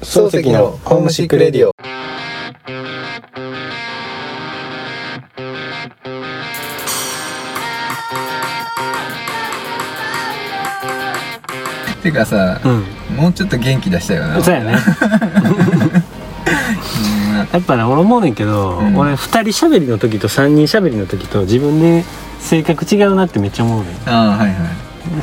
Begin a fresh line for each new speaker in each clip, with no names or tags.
漱石のホームシックレディオ。
てかさ、
うん
もうちょっと元気出したよな
そうやねやっぱね俺思うねんけど、
うん
俺2人喋りの時と3人喋りの時と自分で性格違うなってめっちゃ思うねん
ああはいはい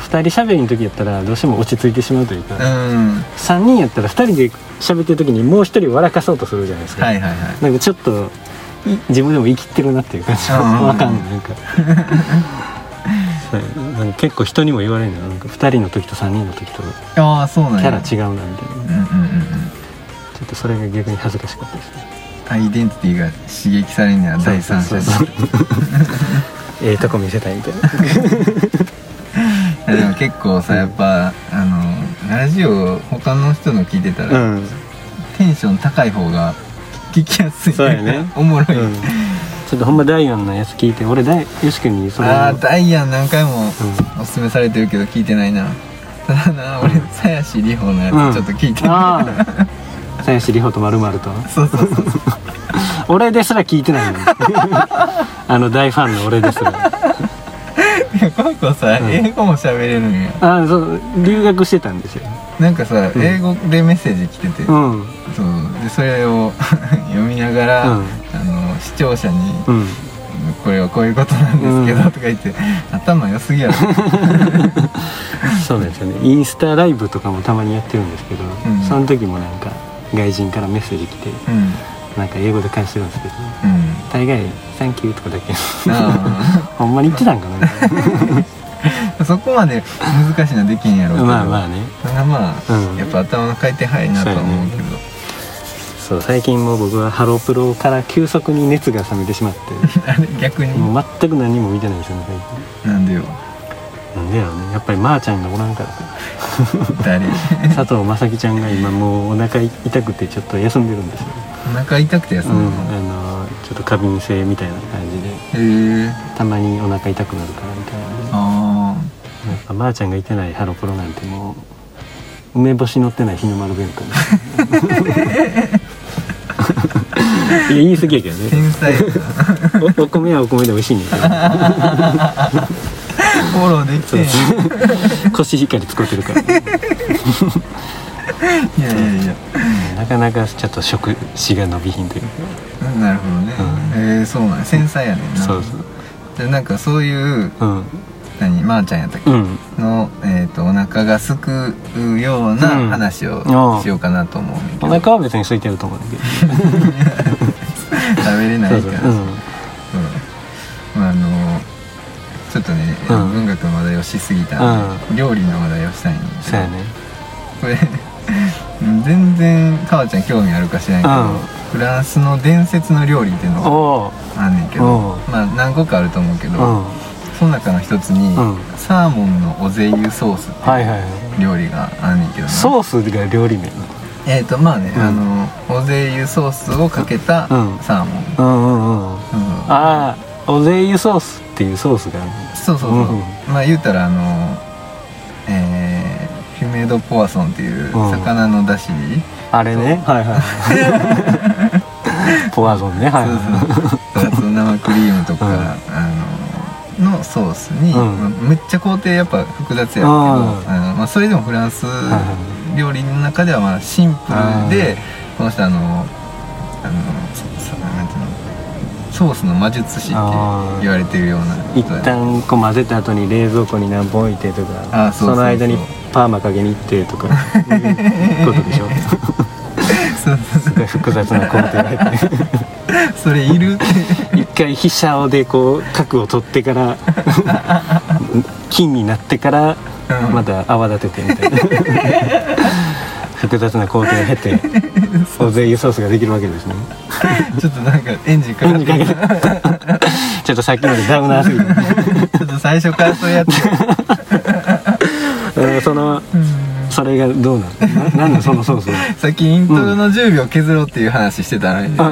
2人喋りの時やったらどうしても落ち着いてしまうというか、
うん
3人やったら2人で喋ってる時にもう1人笑かそうとするじゃないですか、
はいはいはい
なんかちょっとい自分でも生きてるなっていう感じ
うんうんうん
わかんないなんかそうなんか結構人にも言われるのよなんか2人の時と3人の時と
ああそうなん
キ
や
ャラ違うなみたいな、
うんうんうんうん
ちょっとそれが逆に恥ずかしかったですね
アイデンティティが刺激されるには第三者に
そう そうそうええとこ見せたいみたいな
い やでも結構さやっぱあのラジオ他の人の聞いてたら、
うん
テンション高い方が聞きやすい
そうやね
おもろい、
うんちょっとほんまダイアンのやつ聞いて俺ダイよし君にそれを
ああダイアン何回も
う
おすすめされてるけど聞いてないなただな俺鞘師里穂のやつちょっと聞いて
うん
ない、
ああ鞘師里穂とまるまると
そうそうそうそう
俺ですら聞いてないの にあの大ファンの俺ですら
いや この子さ、
うん
英語も喋れるんや
ああそう留学してたんですよ
なんかさ、
ん
英語でメッセージ来てて、
うんうん
そうでそれを 読みながら、
うん
あの視聴者に「これはこういうことなんですけど」
うん
とか言って「頭良すぎやろ」
そうなんですよねインスタライブとかもたまにやってるんですけど、
ん
その時もなんか外人からメッセージ来て
うん
なんか英語で返してるんですけど
うん
大概「サンキュー」とかだけ
あ
ほんまに言ってたんかな
あそこまで難しいのはできんやろうけ ど
まあまあね
ただまあ、
うん
やっぱ頭の回転早いなとは思うけど
そう最近もう僕はハロプロから急速に熱が冷めてしまっ
あれ逆
て
に
もう全く何も見てないですよね最近
なんでよ
なんでやろうねやっぱりまーちゃんがおらんからさ
誰
佐藤正樹ちゃんが今もうお腹痛くてちょっと休んでるんですよ、
お腹痛くて休
うんん
でんの、
あのちょっと過敏性みたいな感じで
へえ
たまにお腹痛くなるからみたいなね
あ
やっぱまーちゃんがいてないハロプロなんてもう梅干し乗ってない日の丸弁当 いや言い過ぎやけど
あ
ね
天才やな
おお米はお米で美味しい ねんけど
フォローできてんや
コシヒカリ使ってるから、ね、
いやいやいや
なかなかちょっと食事が伸びひんというか
うんなるほどね、
う
えー、そうなんや繊細やねんな
そうそう
じゃあなんかそういう
うん
何まー、ちゃんやったっけ、
うん
の、えー、とお腹がすくうような
うん
話
あ
を
あ
しようかなと思うねんけ
お
ど、
腹は別に空いてると思うんだけど
食べれない
そう
から
そう、うん、
うんまああのちょっとね、
うん
文学の話題をしすぎたんで、料理の話題をしたいんだけ
そう
ど
やね
これうん全然かわちゃん興味あるか知らんけど、
うん
フランスの伝説の料理っていうのが
おお
あんねんけど
おう
まあ何個かあると思うけど、
うん
その中の一つに、
うん
サーモンのおぜゆソースって
はいはいはい
いう料理があんねんけどな
ソースが料理名なの
えー、とまあね、
うん
あのおぜゆソースをかけた
うん
サーモン、
うんうんうん
うん
ああおぜゆソースっていうソースがあるの
そうそうそう、
うん
まあ言うたらあのえー、フィメードポワソンっていう
うん
魚の出汁、
あれねはいはいポワゾンねはいはいはい
そうそう 生クリームとか、
うん
あののソースに、
うん
まあめっちゃ工程やっぱ複雑やけど、
うん
あのまあ、それでもフランス料理の中ではまあシンプルで、この人あのあのそそなんていうのソースの魔術師って言われてるような
一
人や
旦こう混ぜた後に冷蔵庫に何本置いてとか
あそうそうそ
の
う
間にパーマかけに行ってとかいうことでしょ
そうそうそう
すごい複雑な工程が入って
それい るって
一回飛車でこう角を取ってから金になってから
うん
また泡立ててみたい な複雑な工程を経ておぜゆソースができるわけですね
ちょっとなんかエンジンかかってる
ちょっとさっきまでダウナーすぎ
ちょっと最初からそうやって
てうんそのそれがどうなのななんだそのソースは
さっきイントロの10秒削ろうっていう話してたのに、いや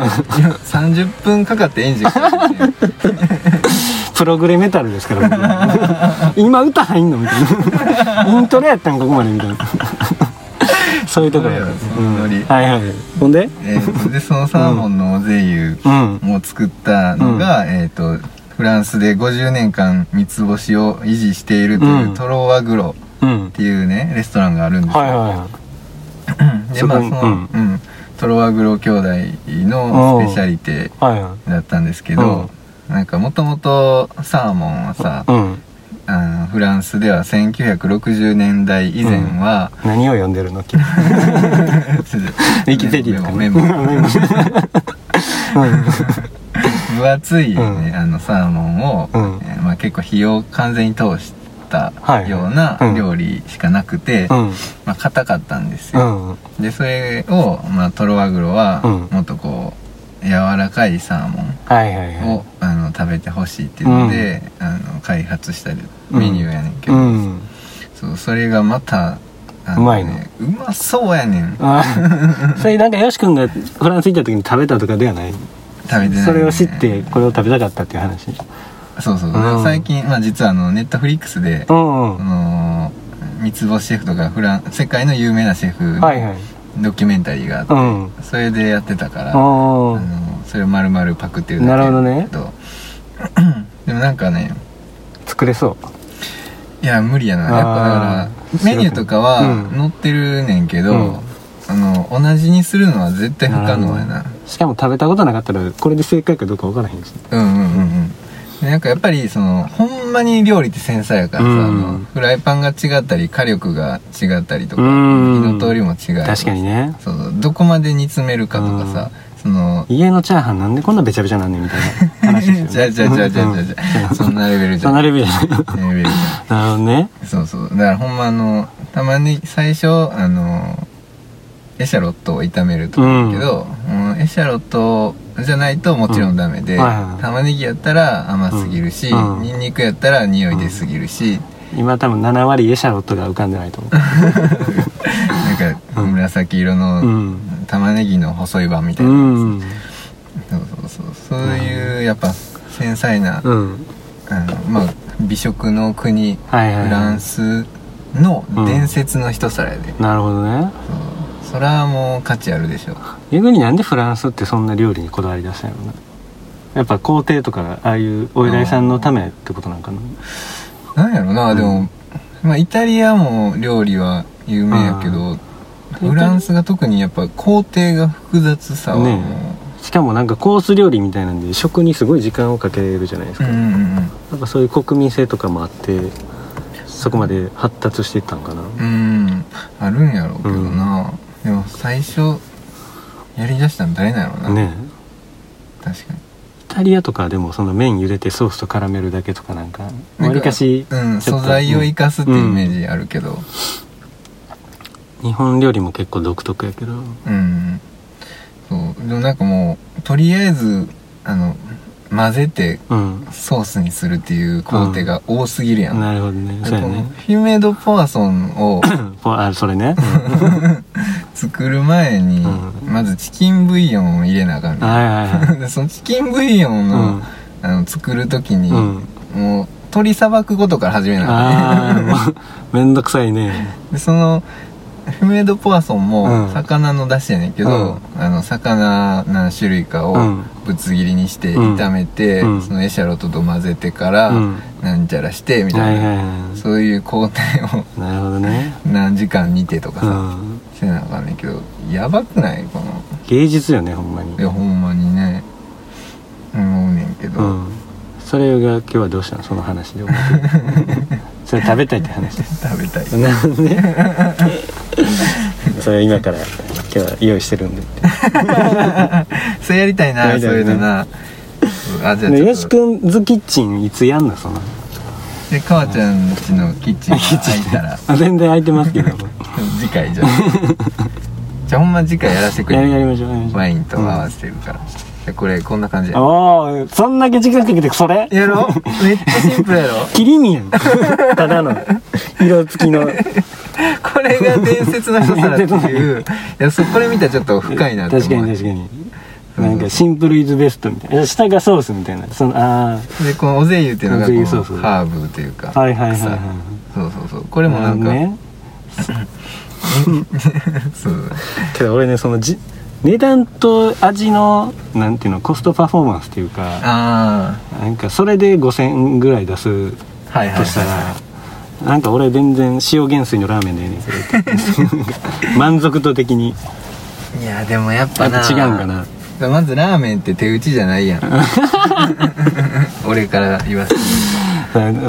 30分かかってエンジンかかって る
プログレメタルです から僕今歌入んのみたいなイントロやったんここまでみたいな そういうところ
や
や
ろその
うん
ノリ
はいはいほんで
えーとでそのサーモンのオゼユ
うん
を作ったのが、えっ、とフランスで50年間三つ星を維持しているという、
うん
トロワグロ
うん
っていうねレストランがあるんですよ、
はいはいは
でまあ
そこ
その、
う
うんんトロワグロ兄弟のスペシャリテ
いはいは
だったんですけど、なんかもともとサーモンはさ、
いうん
あのフランスでは1960年代以前は、
何を読んでるの君
生
生きてき た
メ
ね
モ分厚い、ね
うん
あのサーモンを、
うん
えーまあ、結構火を完全に通した
はい
ような
うん
料理しかなくて、
うん
まあ、硬かったんです
う
よ、
ん
でそれを、まあ、トロワグロは、
うん
もっとこう柔らかいサーモン
はいはい
を、
は
あの食べてほしいっていうので、あの開発したメニューやねんけ
い
ど、
うん
そうそれがまたあ
うまいの
うまそうやねん食
あ それなんかよし君がフランス行った時に食べたとかではない
べてない、ね、
それを知ってこれを食べたかったっていう話
そうそう、
うん
最近、まあ、実はあのネットフリックスで、
うん
そ
は
の三つ星シェフとかフラン世界の有名なシェフ
い
の
はい
ドキュメンタリーがあって、
うん
それでやってたから、あ
おー
のそれを丸々パクってるだけんだけど でもなんかね
作れそう
いや無理やなやっ
あ
ぱだからメニューとかは
うん
載ってるねんけど、
うん
あの同じにするのは絶対不可能やな
しかも食べたことなかったらこれで正解かどうかわからへんし
うんうんうんうんでなんかやっぱりそのほんまに料理って繊細やからさ、
うん
あのフライパンが違ったり火力が違ったりとか、
うん
火の通りも違う
確かにね
そうそうどこまで煮詰めるかとかさ、その
家のチャーハンなんでこんなべちゃべちゃなんねんみたいな話ですよ、ね、
じゃじゃじゃじゃじゃじゃそんなレベルじ
そ
ゃ
んな
ない
レベルじゃ ない
そんなレベルじゃな
なるほどね
いそうそうだからほんまあのたまに最初あのエシャロットを炒めるとかだけど、うんエシャロットじゃないともちろんダメで、
うんはいはいはい
玉ねぎやったら甘すぎるし、
うんうん
ニンニクやったら匂いですぎるし、
今多分7割エシャロットが浮かんでないと思
なんか紫色
うう
の
ん
玉ねぎの細い版みた
う
いな、
ん
そうそうそうそういうやっぱ繊細な、
うん
あのまあ美食の国
はいはい
フランスの伝説の一皿やで、
なるほどね
そうそらもう価値あるでしょ
逆になんでフランスってそんな料理にこだわり出したんやろなやっぱ皇帝とかああいうお偉いさんのためってことなんかな
なんやろな、でも、まあ、イタリアも料理は有名やけど、フランスが特にやっぱ工程が複雑さはもう、
ねしかもなんかコース料理みたいなんで食にすごい時間をかけるじゃないです
うん
か、
うんうん
なんかそういう国民性とかもあってそこまで発達していったんかな、
うんあるんやろうけどな、でも最初やりだしたの誰なんやろうな、
ね
確かに
イタリアとかでもその麺茹でてソースと絡めるだけとかなんかわりかし
うん、
ちょ
素
っと
材を生かすっていうイメージあるけど
日本料理も結構独特やけど
うん、そうでもなんかもうとりあえずあの混ぜて
うん
ソースにするっていう工程が多すぎるやん、
なるほどね
で
そうや
この
ね
フィメド・ポワソンを
ポあそれね
作る前に、
う
まずチキンブイヨンを入れなあかんねん
はいはいはい
で そのチキンブイヨ ンの,、
うん
あの作る時に、
うん
もう鶏さばくことから始めなあ かんね
ああもうめんどくさいね
でそのフィメド・ポワソン
う
も
ん
魚の出汁やねんけど、あの魚何種類かを
うん
ぶつ切りにして
うん
炒めて、
うん
そのエシャロットと混ぜてから、
うん
なんちゃらしてみ
は
たい
い
な、
はいは
そういう工程を
いなるほどね
何時間煮てとか
う
さ、
ん
せなあかんねんけどやばくないこの
芸術よねほんまに
いやほんまにね思うねんけど、
うんそれが今日はどうしたのその話 で思ってそれ食べたいって話です
食べたい
なん でそれ今から今日は用意してるんでって
それやりたいな
やり
そ
た
う
い
い
よね
うのなうんあじゃあ
ね
ちょ
よ
っ
し
と
君ズキッチンいつやんのその
でかわちゃんちのキッチンが開いたら
あ全然空いてます けど
次回 じゃあじゃあほんま次回やらせてくれ
やりやりましょうやりましょう
ワインと合わせてるから、じゃあこれこんな感じや
おおそんだけ時間かけてそれ
やろめっちゃシンプルやろ
切り身や んただの色付きの
これが伝説の人 皿っていういやそこれ見たらちょっと深いなって思
確
う
かに確かになんかシンプルイズベストみたいな下がソースみたいなそのあー
でこのおぜゆっていうのがこ
おぜゆ
の
そうそう
ハーブというか
はいはいはいはい
草そうそうそうこれもなん
るほど
か、
ね
そう
けど俺ねそのじ値段と味のなんていうのコストパフォーマンスっていうか
あ
なんかそれで5,000ぐらい出すと
あはいはい
した
は
らなんか俺全然塩原水のラーメンでええねんけど 満足度的に
いいやでもやっ
や
ぱ
っぱ
な
違うんかな
まずラーメンって手打ちじゃな いやん 俺から言わせて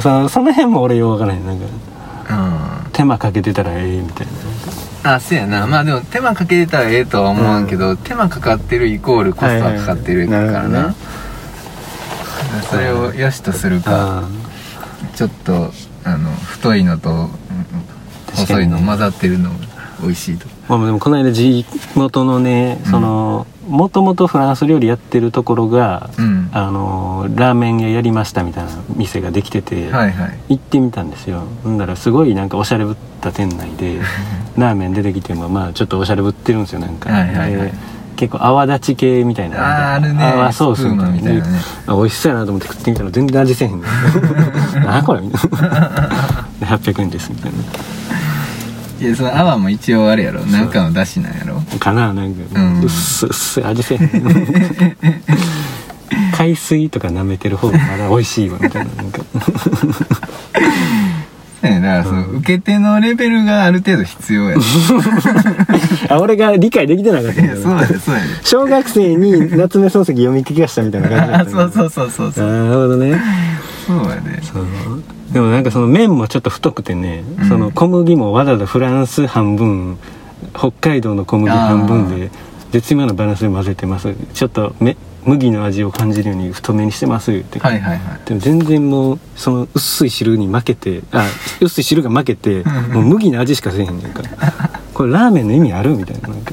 そそその辺も俺ようわからへんないなんか
うん
手間かけてたらええみたいな
あそうやなまあでも手間かけてたらええとは思わんけど、手間かかってるイコールコストがかかってるからな,、
はいはいなる
それを良しとするか
あ
ちょっとあの太いのとうん
確か
細
に
い
ね
の混ざってるのが美味しいと
あまあでもこの間地元のねそのもともとフランス料理やってるところが、
うんは
あのラーメン屋やりましたみたいな店ができてて、
いはい
行ってみたんですよほんだらすごいなんかおしゃれぶった店内 でラーメン出てきてもまあちょっとおしゃれぶってるんですよなんか、
はいはいはい
で結構泡立ち系みたいな
あーあるね
泡ソースみたいな
スプーンみたいな
で
ね
あ美味しそうやなと思って食ってみたら全然味せえへ ん なあこれみたいなで800円ですみたいない
やその泡も一応あれやろなんかの出汁なんやろ
かななんか、
うん
うっすうっす味せえへ ん海水とか舐めてる方がまだ美味しいわみたいななん か
ねだからその受け手のレベルがある程度必 要やろい
あ俺が理解できてなかったんだ
や
よ
そうやでそうやで
小学生に夏目漱石読み聞かしたみたいな感じだ
あ
った
そうそううそうそうそう
なるほどね
そうやで
そうでもなんかその麺もちょっと太くてね、
うん
その小麦もわざわざフランス半分北海道の小麦半分で絶妙なバランスで混ぜてますちょっとめ麦の味を感じるように太めにしてますって、
はいはいはい
でも全然もうその薄い汁に負けてあ薄い汁が負けてもう麦の味しかせえへんねんかこれラーメンの意味あるみたいななんか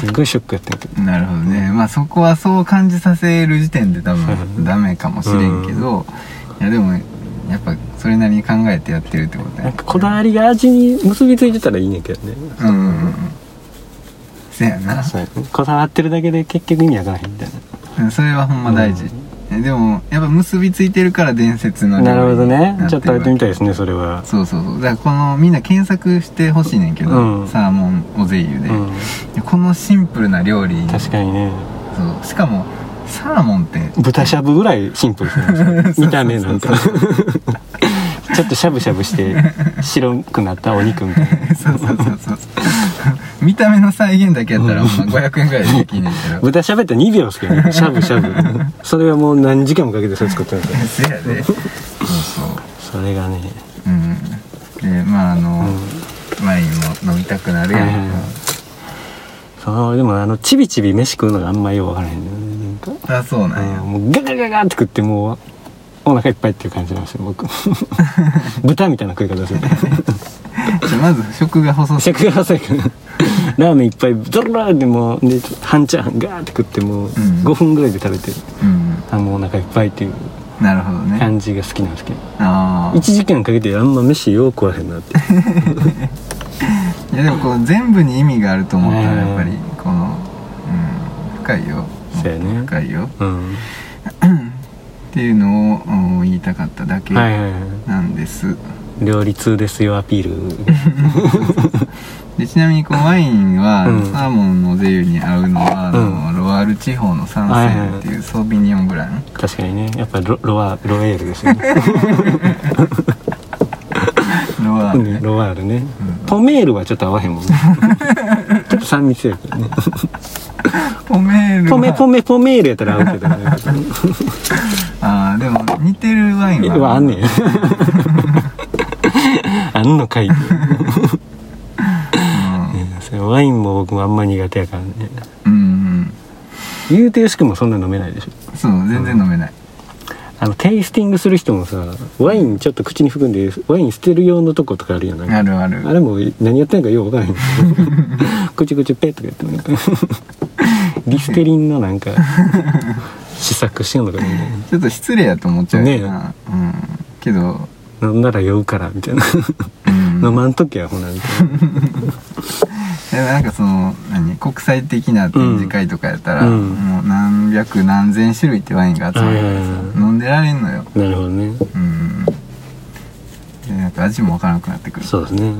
すっごいショックやったんやけど
なるほどねまあそこはそう感じさせる時点で多分ダメかもしれんけど、いやでもやっぱそれなりに考えてやってるってこと
な
や
んかこだわりが味に結びついてたらいいねんけどね
うんうんうんせやな
そうやねこだわってるだけで結局意味わからへんみたい
それはほんま大事、えでもやっぱ結びついてるから伝説の
な
料
な
理
るほど
にな
ね
っ
ちょっとやってみたい
るわ
ですねそれは
けそうそうそうだからこのみんな検索してほしいねんけど、
うん
サーモンおぜゆで、
うん
このシンプルな料理
確かにね
そうしかもサーモンって
豚しゃぶぐらいシンプルですね見た目なんか ちょっとしゃぶしゃぶして白くなったお肉みたいな
そうそうそうそう。 見た目の再現だけやったら、ほんま500円ぐらいでできんねんけど。
豚しゃべって2秒ですけどねしゃぶしゃぶそれはもう何時間もかけてそれ作ってるんですよ
せやで。そうそう。
それがね
うん。で、まああの、ワインも飲みたくなるやん。
はいはいはいそのでもあのちびちび飯食うのがあんまようわからへんのよねなんか
あ、そうなんや。
もうガガガガって食ってもうお腹いっぱいっていう感じなんですよ僕豚みたいな食い方する
じゃあまず食が細そう。
食が浅いからラーメンいっぱいドローってもうで半チャーハンガーって食ってもう
うん
5分ぐらいで食べて、
うん。
あもうお腹いっぱいっていう
なるほどね。
感じが好きなんですけど
あ
1時間かけてあんま飯よう食わへんなって
あ。いやでもこう全部に意味があると思ったら、やっぱり
ね、
この、うん、深いよ。
そうやね
深いよ。
うん
っていうのをうん言いたかっただけ
はい
な
はいは
んです。
い料理通ですよアピール
でちなみにこうワインは
うん
サーモンのゼリーに合うのは、
うん
あのロワール地方のサンセールっていうソービニオンブラン
確かにねやっぱロロワロエールですよね
ロワールね、
ロワールね、ポメールはちょっと合わへんもんねちょっと酸味強いからね
ポメール
ポメポ
メ
メポメールやったら合うけどね。
ああでも似てるワイン
う
は
わあ んねん。あんのかい。それワインも僕もあんま苦手やからね。
うん、うん
言うてよしくもそんな飲めないでしょ。
うん、そう全然飲めない、
あのテイスティングする人もさ、ワインちょっと口に含んでワイン捨てる用のとことかあるやんなんか。
あるある
あれも何やってんのかようわ からへん。口口ペッとかやってもなんか。リステリンのなんか試作してんのかみたいな。
ちょっと失礼やと思っちゃうよな、
ね
うんけど、
飲んだら酔うからみたいな。
うん、
飲まんときはほなみたいな。
でもなんかその何国際的な展示会とかやったら、
うん
もう何百何千種類ってワインが集まるからさ、
う
飲んでられんのよ
なるほどね。
うんでなんか味もわからなくなってくる
そうですね。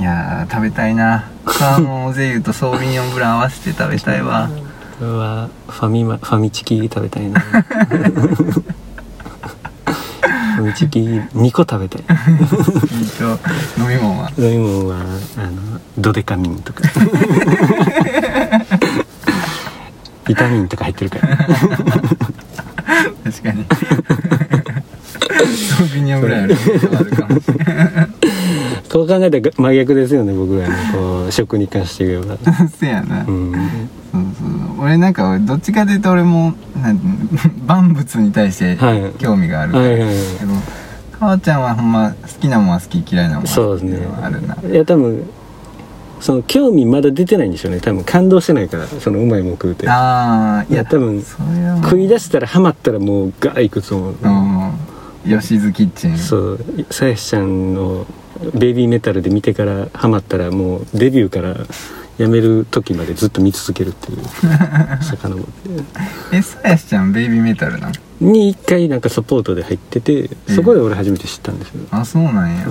あー食べたいなサーモンオゼユとソービニョンブラン合わせて食べたいわ
これはファミマファミチキ食べたいなファミチキ2個食べたい
えっと飲み物は
飲み物はあのドデカミンとか ビタミンとか入ってるから
確 かにソービニョンブランよりもあるかもしれない
そう考えたら真逆ですよね僕らのこう食に関して言えば
せやな、
うん
そうそう俺なんかどっちかというと俺もなんていうの 万物に対して
はい
興味があるから、
はいはいはい
けどかわちゃんはほんま好きなもんは好き嫌いなもんは
そうです
ってい
ね
のはあるない
や多分その興味まだ出てないんでしょうね多分感動してないからそのうまいもん食うて
あーい
いや
や
多分
それはもう
食い出したらハマったらもうガーいくと思う、
うん吉津キッチン
そうさやしちゃんのベビーメタルで見てからハマったらもうデビューからやめる時までずっと見続けるっていう 遡って
えさやしちゃんベイビーメタルなの
に一回なんかサポートで入っててそこで俺初めて知ったんですよ、
あそうなんや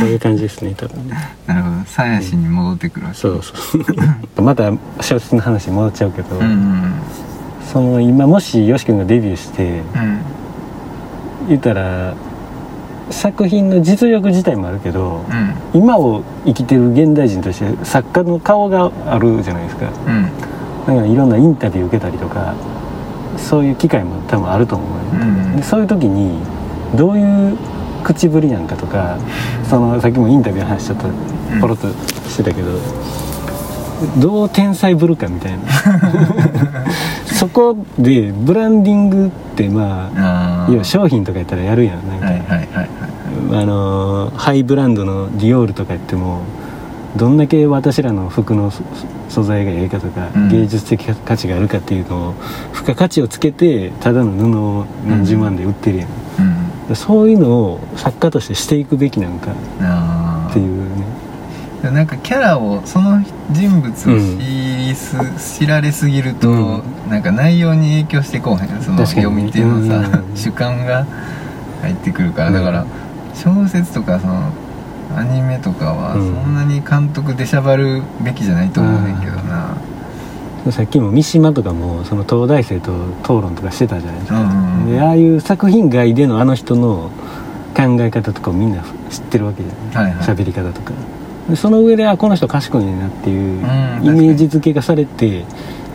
そういう感じですね多分ね
なるほどさやしに戻ってくるわけ
そうそうまた小説の話に戻っちゃうけど、
うんうん
その今もしよし君がデビューして
うん
言ったら作品の実力自体もあるけど、
うん
今を生きてる現代人として作家の顔があるじゃないですかだか
うん
らいろんなインタビュー受けたりとかそういう機会も多分あると思う
う
よ、
ん
でそういう時にどういう口ぶりなんかとかそのさっきもインタビューの話ちょっとポロッとしてたけど、どう天才ぶるかみたいな そこでブランディングってまあ
あ
い
ー
や商品とかやったらやるやんなんか、
はいはいはいは
あのーハイブランドのディオールとか言ってもどんだけ私らの服のそ素材がええかとか、
うん
芸術的価値があるかっていうのを付加価値をつけてただの布を何十万で売ってるやん、
いうん
そういうのを作家としてしていくべきなんか
あ
っ
ー
ていうね
でもなんかキャラをその人物を知りす、知られすぎると、
うん
なんか内容に影響してこうへんそ
確
の
かに
読み手のさ、
うん
主観が入ってくるから、
うん
だから小説とかそのアニメとかはそ
うん
んなに監督でしゃばるべきじゃないと思うねんけどな、
さっきも三島とかもその東大生と討論とかしてたじゃないですか、
うんうんうん
でああいう作品外でのあの人の考え方とかをみんな知ってるわけじゃない
はいはい
喋り方とかでその上であこの人賢いなっていうイメ
確かに
ージ付けがされて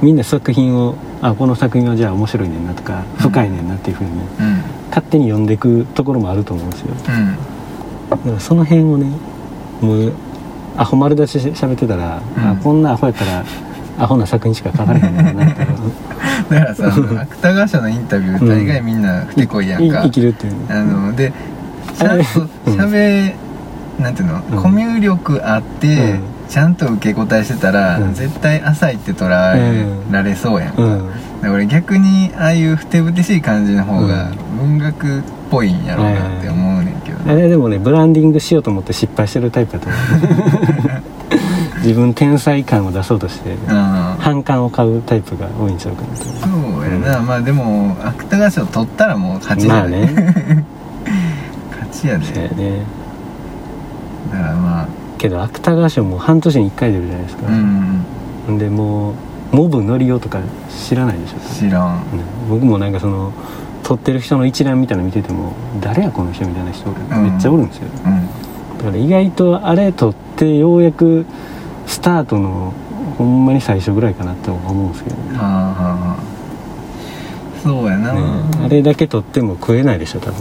みんな作品をあこの作品はじゃあ面白いねんなとか深いねんなっていうふうに
うん
勝手に読んでいくところもあると思うんですよ
うん
だからその辺をねもうアホ丸出ししゃべってたら、
うん
あこんなアホやったらアホな作品しか書かれへんねんな って
だか らさあの芥川賞のインタビュー大概みんなふてこいやんか、
い生きるっていうね
あのでちゃんとしゃべ、なんていうの、
うん
コミュ力あって、
うん
ちゃんと受け答えしてたら、
うん
絶対浅いって捉えられそうやん、
うん
だから俺逆にああいうふてぶてしい感じの方が
う
文学っぽいんやろうなって思うねんけど、
あれでもねブランディングしようと思って失敗してるタイプだ と思う自分天才感を出そうとして
うん
反感を買うタイプが多いんちゃうかなと
そうやな、まあでも芥川賞取ったらもう勝ち
ま
や
あ
で、
ね
勝ちやで、
そうやね
だからまあ
けど芥川賞も半年に1回出るじゃないですか
う、ん
ん、でもうモブのりおとか知らないでしょ、
知らん
うん僕もなんかその撮ってる人の一覧みたいなの見てても誰やこの人みたいな人がめっちゃおるんですよ、
うん
だから意外とあれ撮ってようやくスタートのほんまに最初ぐらいかなと思うんですけどね
はあはあはあそうやな、
ねあれだけ撮っても食えないでしょ多分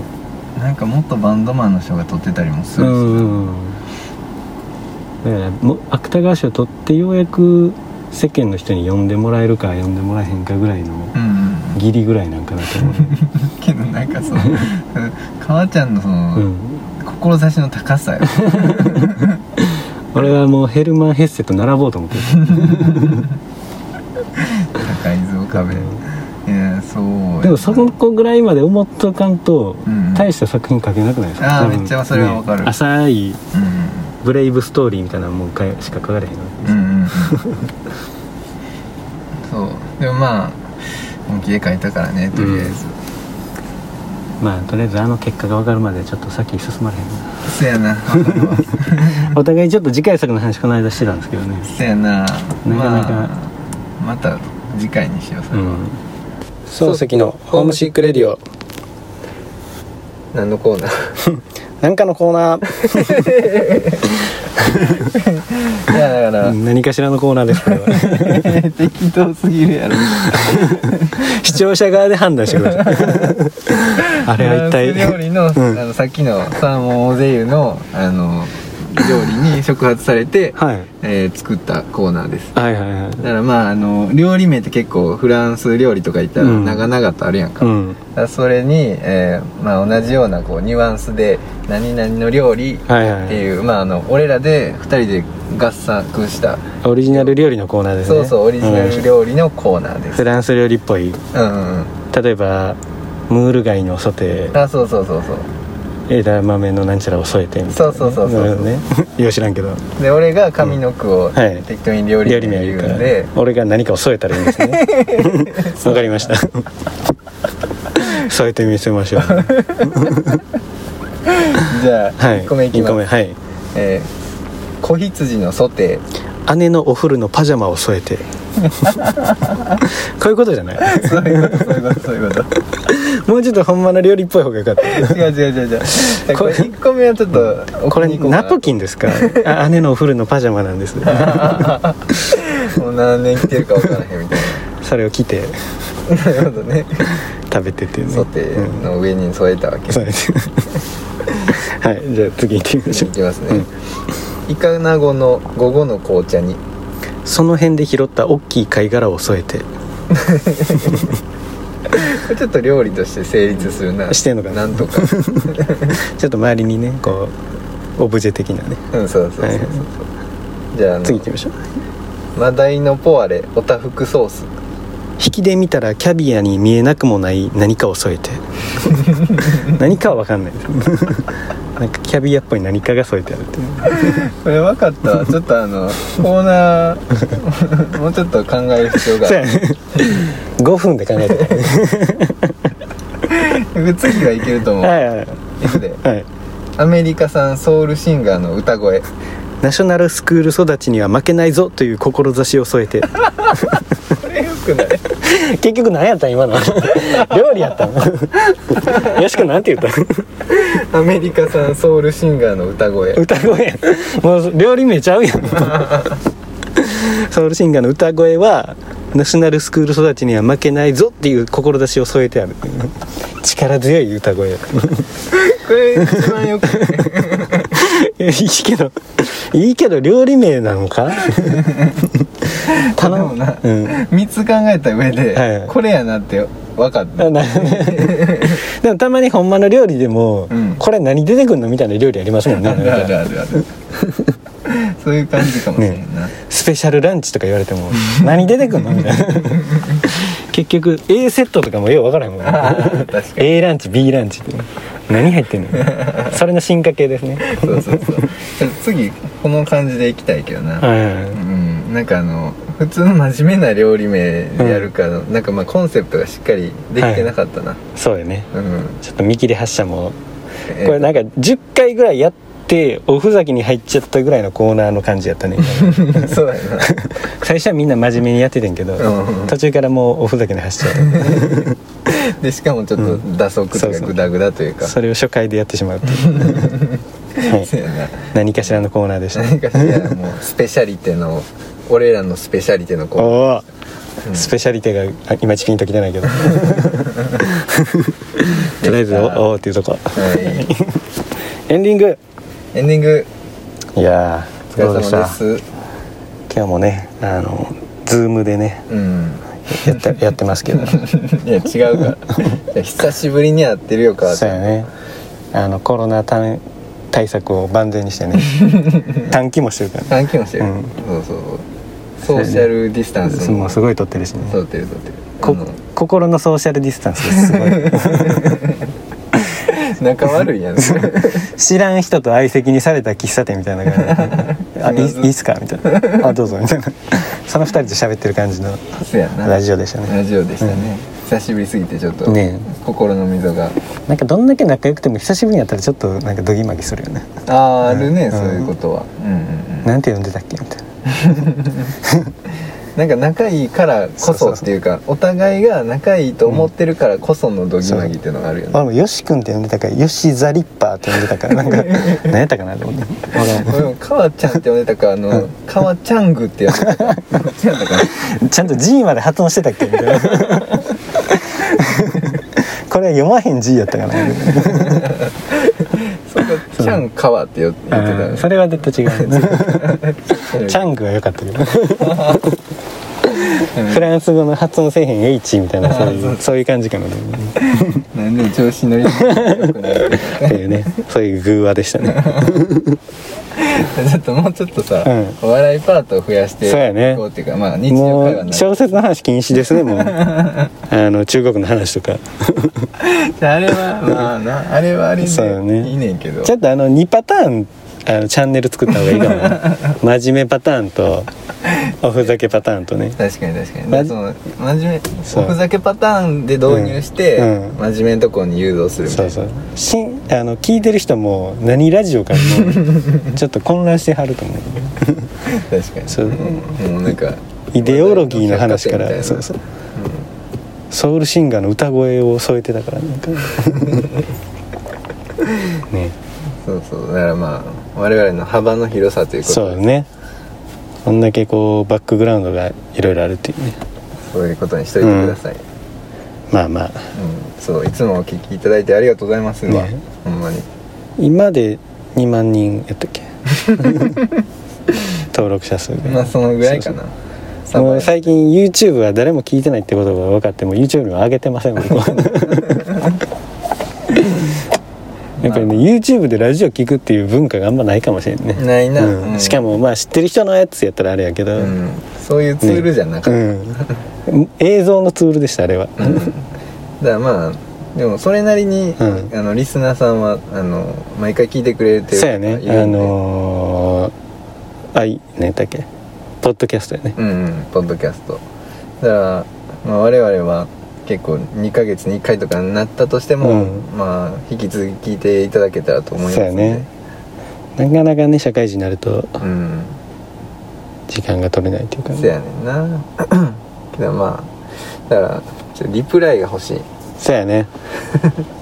なんかもっとバンドマンの人が撮ってたりもするし、
うんだからもう芥川賞取ってようやく世間の人に呼んでもらえるか呼んでもらえへんかぐらいの
うんうん
ギリぐらいなんかなと思う、
けどなんかそう かわちゃんのその、
うん、
志の高さよ
俺はもうヘルマン・ヘッセと並ぼうと思ってる
高いぞ壁いやそうや
でもそこぐらいまで思っとかんと
うん
大した作品書けなくないですか
あー
多分
めっちゃそれはわかる
ね浅い
うん
ブレイブストーリーみたいなもんかしか書かれへんわけで
う
す
んうんうんそうでもまあ本気で書いたからねとりあえず、
まあとりあえずあの結果が分かるまでちょっと先進まれへんな
そやなわかるわ
お互いちょっと次回作の話この間してたんですけどね
そやななか
なか
また次回にしようそれ
う
は、
ん
漱石のホームシックレディオ何のコーナー
なんかのコーナー
いやだから、
何かしらのコーナーですこれ は
適当すぎるやろ
視聴者側で判断してくださ いあ
フ
れは
ラ
一
ン
体
ス料理の,、
うん
あのさっきのサーモンオゼユのあの料理に触発されて、
はい
えー作ったコーナーです
はいはいはい
だからまああの料理名って結構フランス料理とか言ったら
うん
長々とあるやんか,、
うん
それに、えーまあ、同じようなこうニュアンスで「何々の料理」っ
はいはい
ていう、まあ、あの俺らで2人で合作した、
オリジナル料理のコーナーですね
そうそうオリジナル
理、
料理のコーナー
う
で
ん
す
フランス料理っぽい
うんうんうん
例えばムール貝のソテー
あそうそうそうそう
枝豆のなんちゃらを添えてみたいな
そうそうそうそう
なるほどね よう知らんけど
で俺が上の句を
はい
適当に料理
料
名
理名
言
言うか
うん
ら
で、
俺が何かを添えたらいいんですね わかりました添えてみせましょうは
じゃあ
い
1個目いきま
一
す、
はい
えー子羊のソ テ
姉のお古のパジャマを添えてこういうことじゃない
ーそういうことそういうことそういうこと
もうちょっと本場の料理っぽい方がよかった
違う違う違う違う
これ
1個目はちょっと
これナプ
ン
キンですかあ姉のお古のパジャマなんです
もう何年着てるか分からへんみたい
それを着て
ななるほどね
食べてっていうね
ソテーの上に添えたわけ、
そうですね はいじゃあ次行ってみましょ
いうきますね、イカナゴの午後の紅茶に
その辺で拾った大きい貝殻を添えて
これちょっと料理として成立するな
してんのかなん
とか
ちょっと周りにねこうオブジェ的なね
うんそうそうそうそう、
はい
じゃああの
次行きましょう
マダイのポワレおたふくソース
引きで見たらキャビアに見えなくもない何かを添 えて何かは分かんないです なんかキャビアっぽい何かが添えてあるっていう
これ分かった わちょっとあのコーナー もうちょっと考える必要があ
そうや
る
ね5分で考えてたね
次はいけると思う、
はいはいはい
いくで
はい
アメリカ産ソウルシンガーの歌声
ナショナルスクール育ちには負けないぞという志を添えて
これよくない
結局何やったん今の 料理やったん よしくんなんて言ったん
アメリカ産ソウルシンガーの歌声
歌声やんもう料理名ちゃうやん ソウルシンガーの歌声はナショナルスクール育ちには負けないぞっていう志を添えてある力強い歌声 い
これ一番よくない
やいいけどいいけど料理名なのか 頼
でも
む
な
うん
3つ考えた上で、
はいはい
これやなって分かった
あな でもたまにほんまの料理でも、
うん
これ何出てくんのみたいな料理ありますもんね
あるあ るあるあるそういう感じかもしれんな、
スペシャルランチとか言われても何出てくんのみた いな結局 A セットとかもよう分からへんもんね
確かに
A ランチ B ランチって何入ってんのそれの進化系ですね
そうそうそうじゃあ次この感じでいきたいけどな、
はいはいはい
うん、なんかあの普通の真面目な料理名でやるから、なんかまあコンセプトがしっかりできてなかったな、
そうよね
うん
ちょっと見切り発車も
え
これなんか10回ぐらいやっておふざけに入っちゃったぐらいのコーナーの感じや ったね
そうやな
最初はみんな真面目にやっててんけど、
うんうん
途中からもうおふざけに走っちゃう
でしかもちょっと打足と
そう
か
そう
グダグダというか
それを初回でやってしまうっていう、 はい
そうやな
何かしらのコーナーでした
何かしらもうスペシャリテの俺らのスペシャリテの
お
こ
おー、スペシャリティがあいまちピンときてない けどとりあえずおおーっていうとこ
う、はい、
エンディング
エンディング
いや
お
ーどう
疲れ
でし
様
た
です
今日もねあのズームでね
うん
やった やってますけど
いや違うからいや久しぶりに会ってるよか
そうやねあのコロナ対対策を万全にして ね短期もしてるから、ね
換気もしてる、
うん
そうそうそうソーシャルディスタンス
も
も
うすごい撮ってるしね
取ってる取ってるあ
こ
の
心のソーシャルディスタンスです すごい
仲悪い やん
知らん人と相席にされた喫茶店みたいな感 じあいい
気まず
いいっすかみたいなあどうぞみ たいなその二人と喋ってる感じの
そうやな
ラジオでしたね
ラジオでしたね、久しぶりすぎてちょっと
ね
心の溝が
なんかどんだけ仲良くても久しぶりに会ったらちょっとなんかドギマギするよね
あーあるね、
うん
そういうことは、うんうんうん、
なんて呼んでたっけみたいな
なんか仲いいからこそっていうかお互いが仲いいと思ってるからこそのドギマギっていうのがあるよね、
俺もよし君って呼んでたからよしザリッパーって呼んでたからなんか 何やったかなと思って俺も
俺もかわちゃんって呼んでたからあのかわちゃんぐってやつだからちゃんだから
ちゃんと G まで発音してたっけみたい なこれは読まへん G やったかな
そこちゃんかわって言ってた
あーそ
ね
れは絶対違う チャングは良かったけどフランス語の発音せえへん H みたいな そういうそういう感じかなと思う
なんで調子乗りながら良くないけど
っていうねそういう偶話でしたね
ちょっともうちょっとさ、
う
お笑いパートを増やして
そうやね
いこうっていうかまあ日常
も
会話に
う
なる
小説の話禁止ですね もうあの中国の話とか
あれはまあ なあれはあれ
そう
で
やね
いいねんけど
ちょっとあの2パターンあのチャンネル作った方がいいかもな真面目パターンとおふざけパターンとね
確かに確かに
ま
でその真面
そ
目
う
おふざけパターンで導入して、
うんうん
真面目なとこに誘導するみた
そそ
いうな
うしんあの聞いてる人も何ラジオか もうちょっと混乱してはると思う
確かに
そう
うんもうなんか
イデオロギーの話か
話題
ら
の
そうそうソウルシンガーの歌声を添えてたからなん かね
そうそうだからまあ我々の幅の広さということ
そうだねこんだけこうバックグラウンドがいろいろあるっていうね
そういうことにしといてください、うん
まあまあ
そういつもお聞きいただいてありがとうございますわ、
ね
ほんまに
今で2万人や ったっけ登録者数が、
まあそのぐらいかな
そうそうもう最近 YouTube は誰も聞いてないってことが分かってもう YouTube には上げてません僕 はやっぱりね YouTube でラジオ聞くっていう文化があんまないかもしれんね
ないな
うん
うん
しかもまあ知ってる人のやつやったらあれやけど、
うん、そういうツールじゃなかった、
うん映像のツールでしたあれは、
うんだからまあでもそれなりに、
う
あのリスナーさんはあの毎回聞いてくれてる
そうやね
いる
あ
んで
のー、あい何やったっけポッドキャストやね
うんうんポッドキャストだから、まあ、我々は結構2ヶ月に1回とかになったとしても、
うん
まあ引き続き聞いていただけたらと思います
そうやねなかなかね社会人になると
うん
時間が取れないっていうか、
そうやねんな けどまあだからちょリプライが欲しい
そうや ね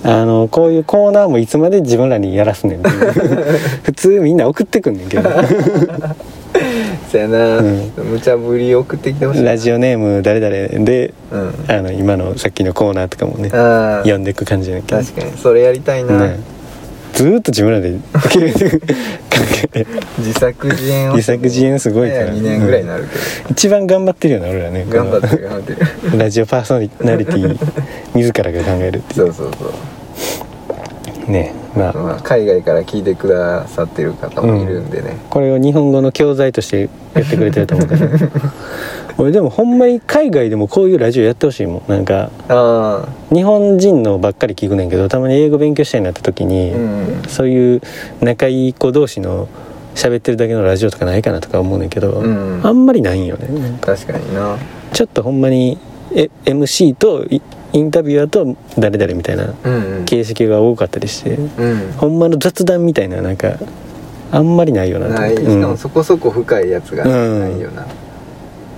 あのこういうコーナーもいつまで自分らにやらすねんって いう普通みんな送ってくんねんけど
そうやな、
うん
無茶ぶり送ってきてほしいな
ラジオネーム誰々で
うん
あの今のさっきのコーナーとかもね
ああ
読んでいく感じやねんけど
確かにそれやりたいな、
ねずーっと自分 らで 考えて
自作自演を
自作自演すごいから
2年ぐらいになるけ
一番頑張ってるよな俺らね
ど、頑張って
こ
る頑張 ってる
のラジオパーソナリティ自らが考えるってい
そううそうそう
ねまあ
まあ、海外から聞いてくださってる方もいるんでね、
これを日本語の教材としてやってくれてると思うから 俺でもほんまに海外でもこういうラジオやってほしいもんなんか
あ
日本人のばっかり聞くねんけどたまに英語勉強したいなって時
あ
に、
うん
そういう仲いい子同士の喋ってるだけのラジオとかないかなとか思うねんけど、
うん
あんまりないんよね
確かにな
ちょっとほんまにえ MC とイインタビュアーと誰々みたいな
うんうん
形式が多かったりして
うん
ほんまの雑談みたいななんかあんまりないよなと
な
思っ
い
て
しかも
そ
そこそこ深いやつが
うん
ないよな、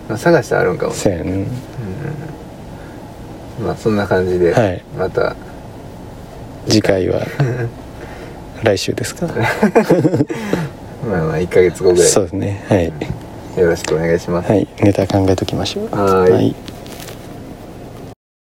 まあ、探してあるんかもね
そうやね
まあそんな感じで、
はい
また
次回 は来週ですか
まあまあ1ヶ月後ぐら
そうですねはい、
いよろしくお願いします
はい、ネタ考えときましょう
はーい
はい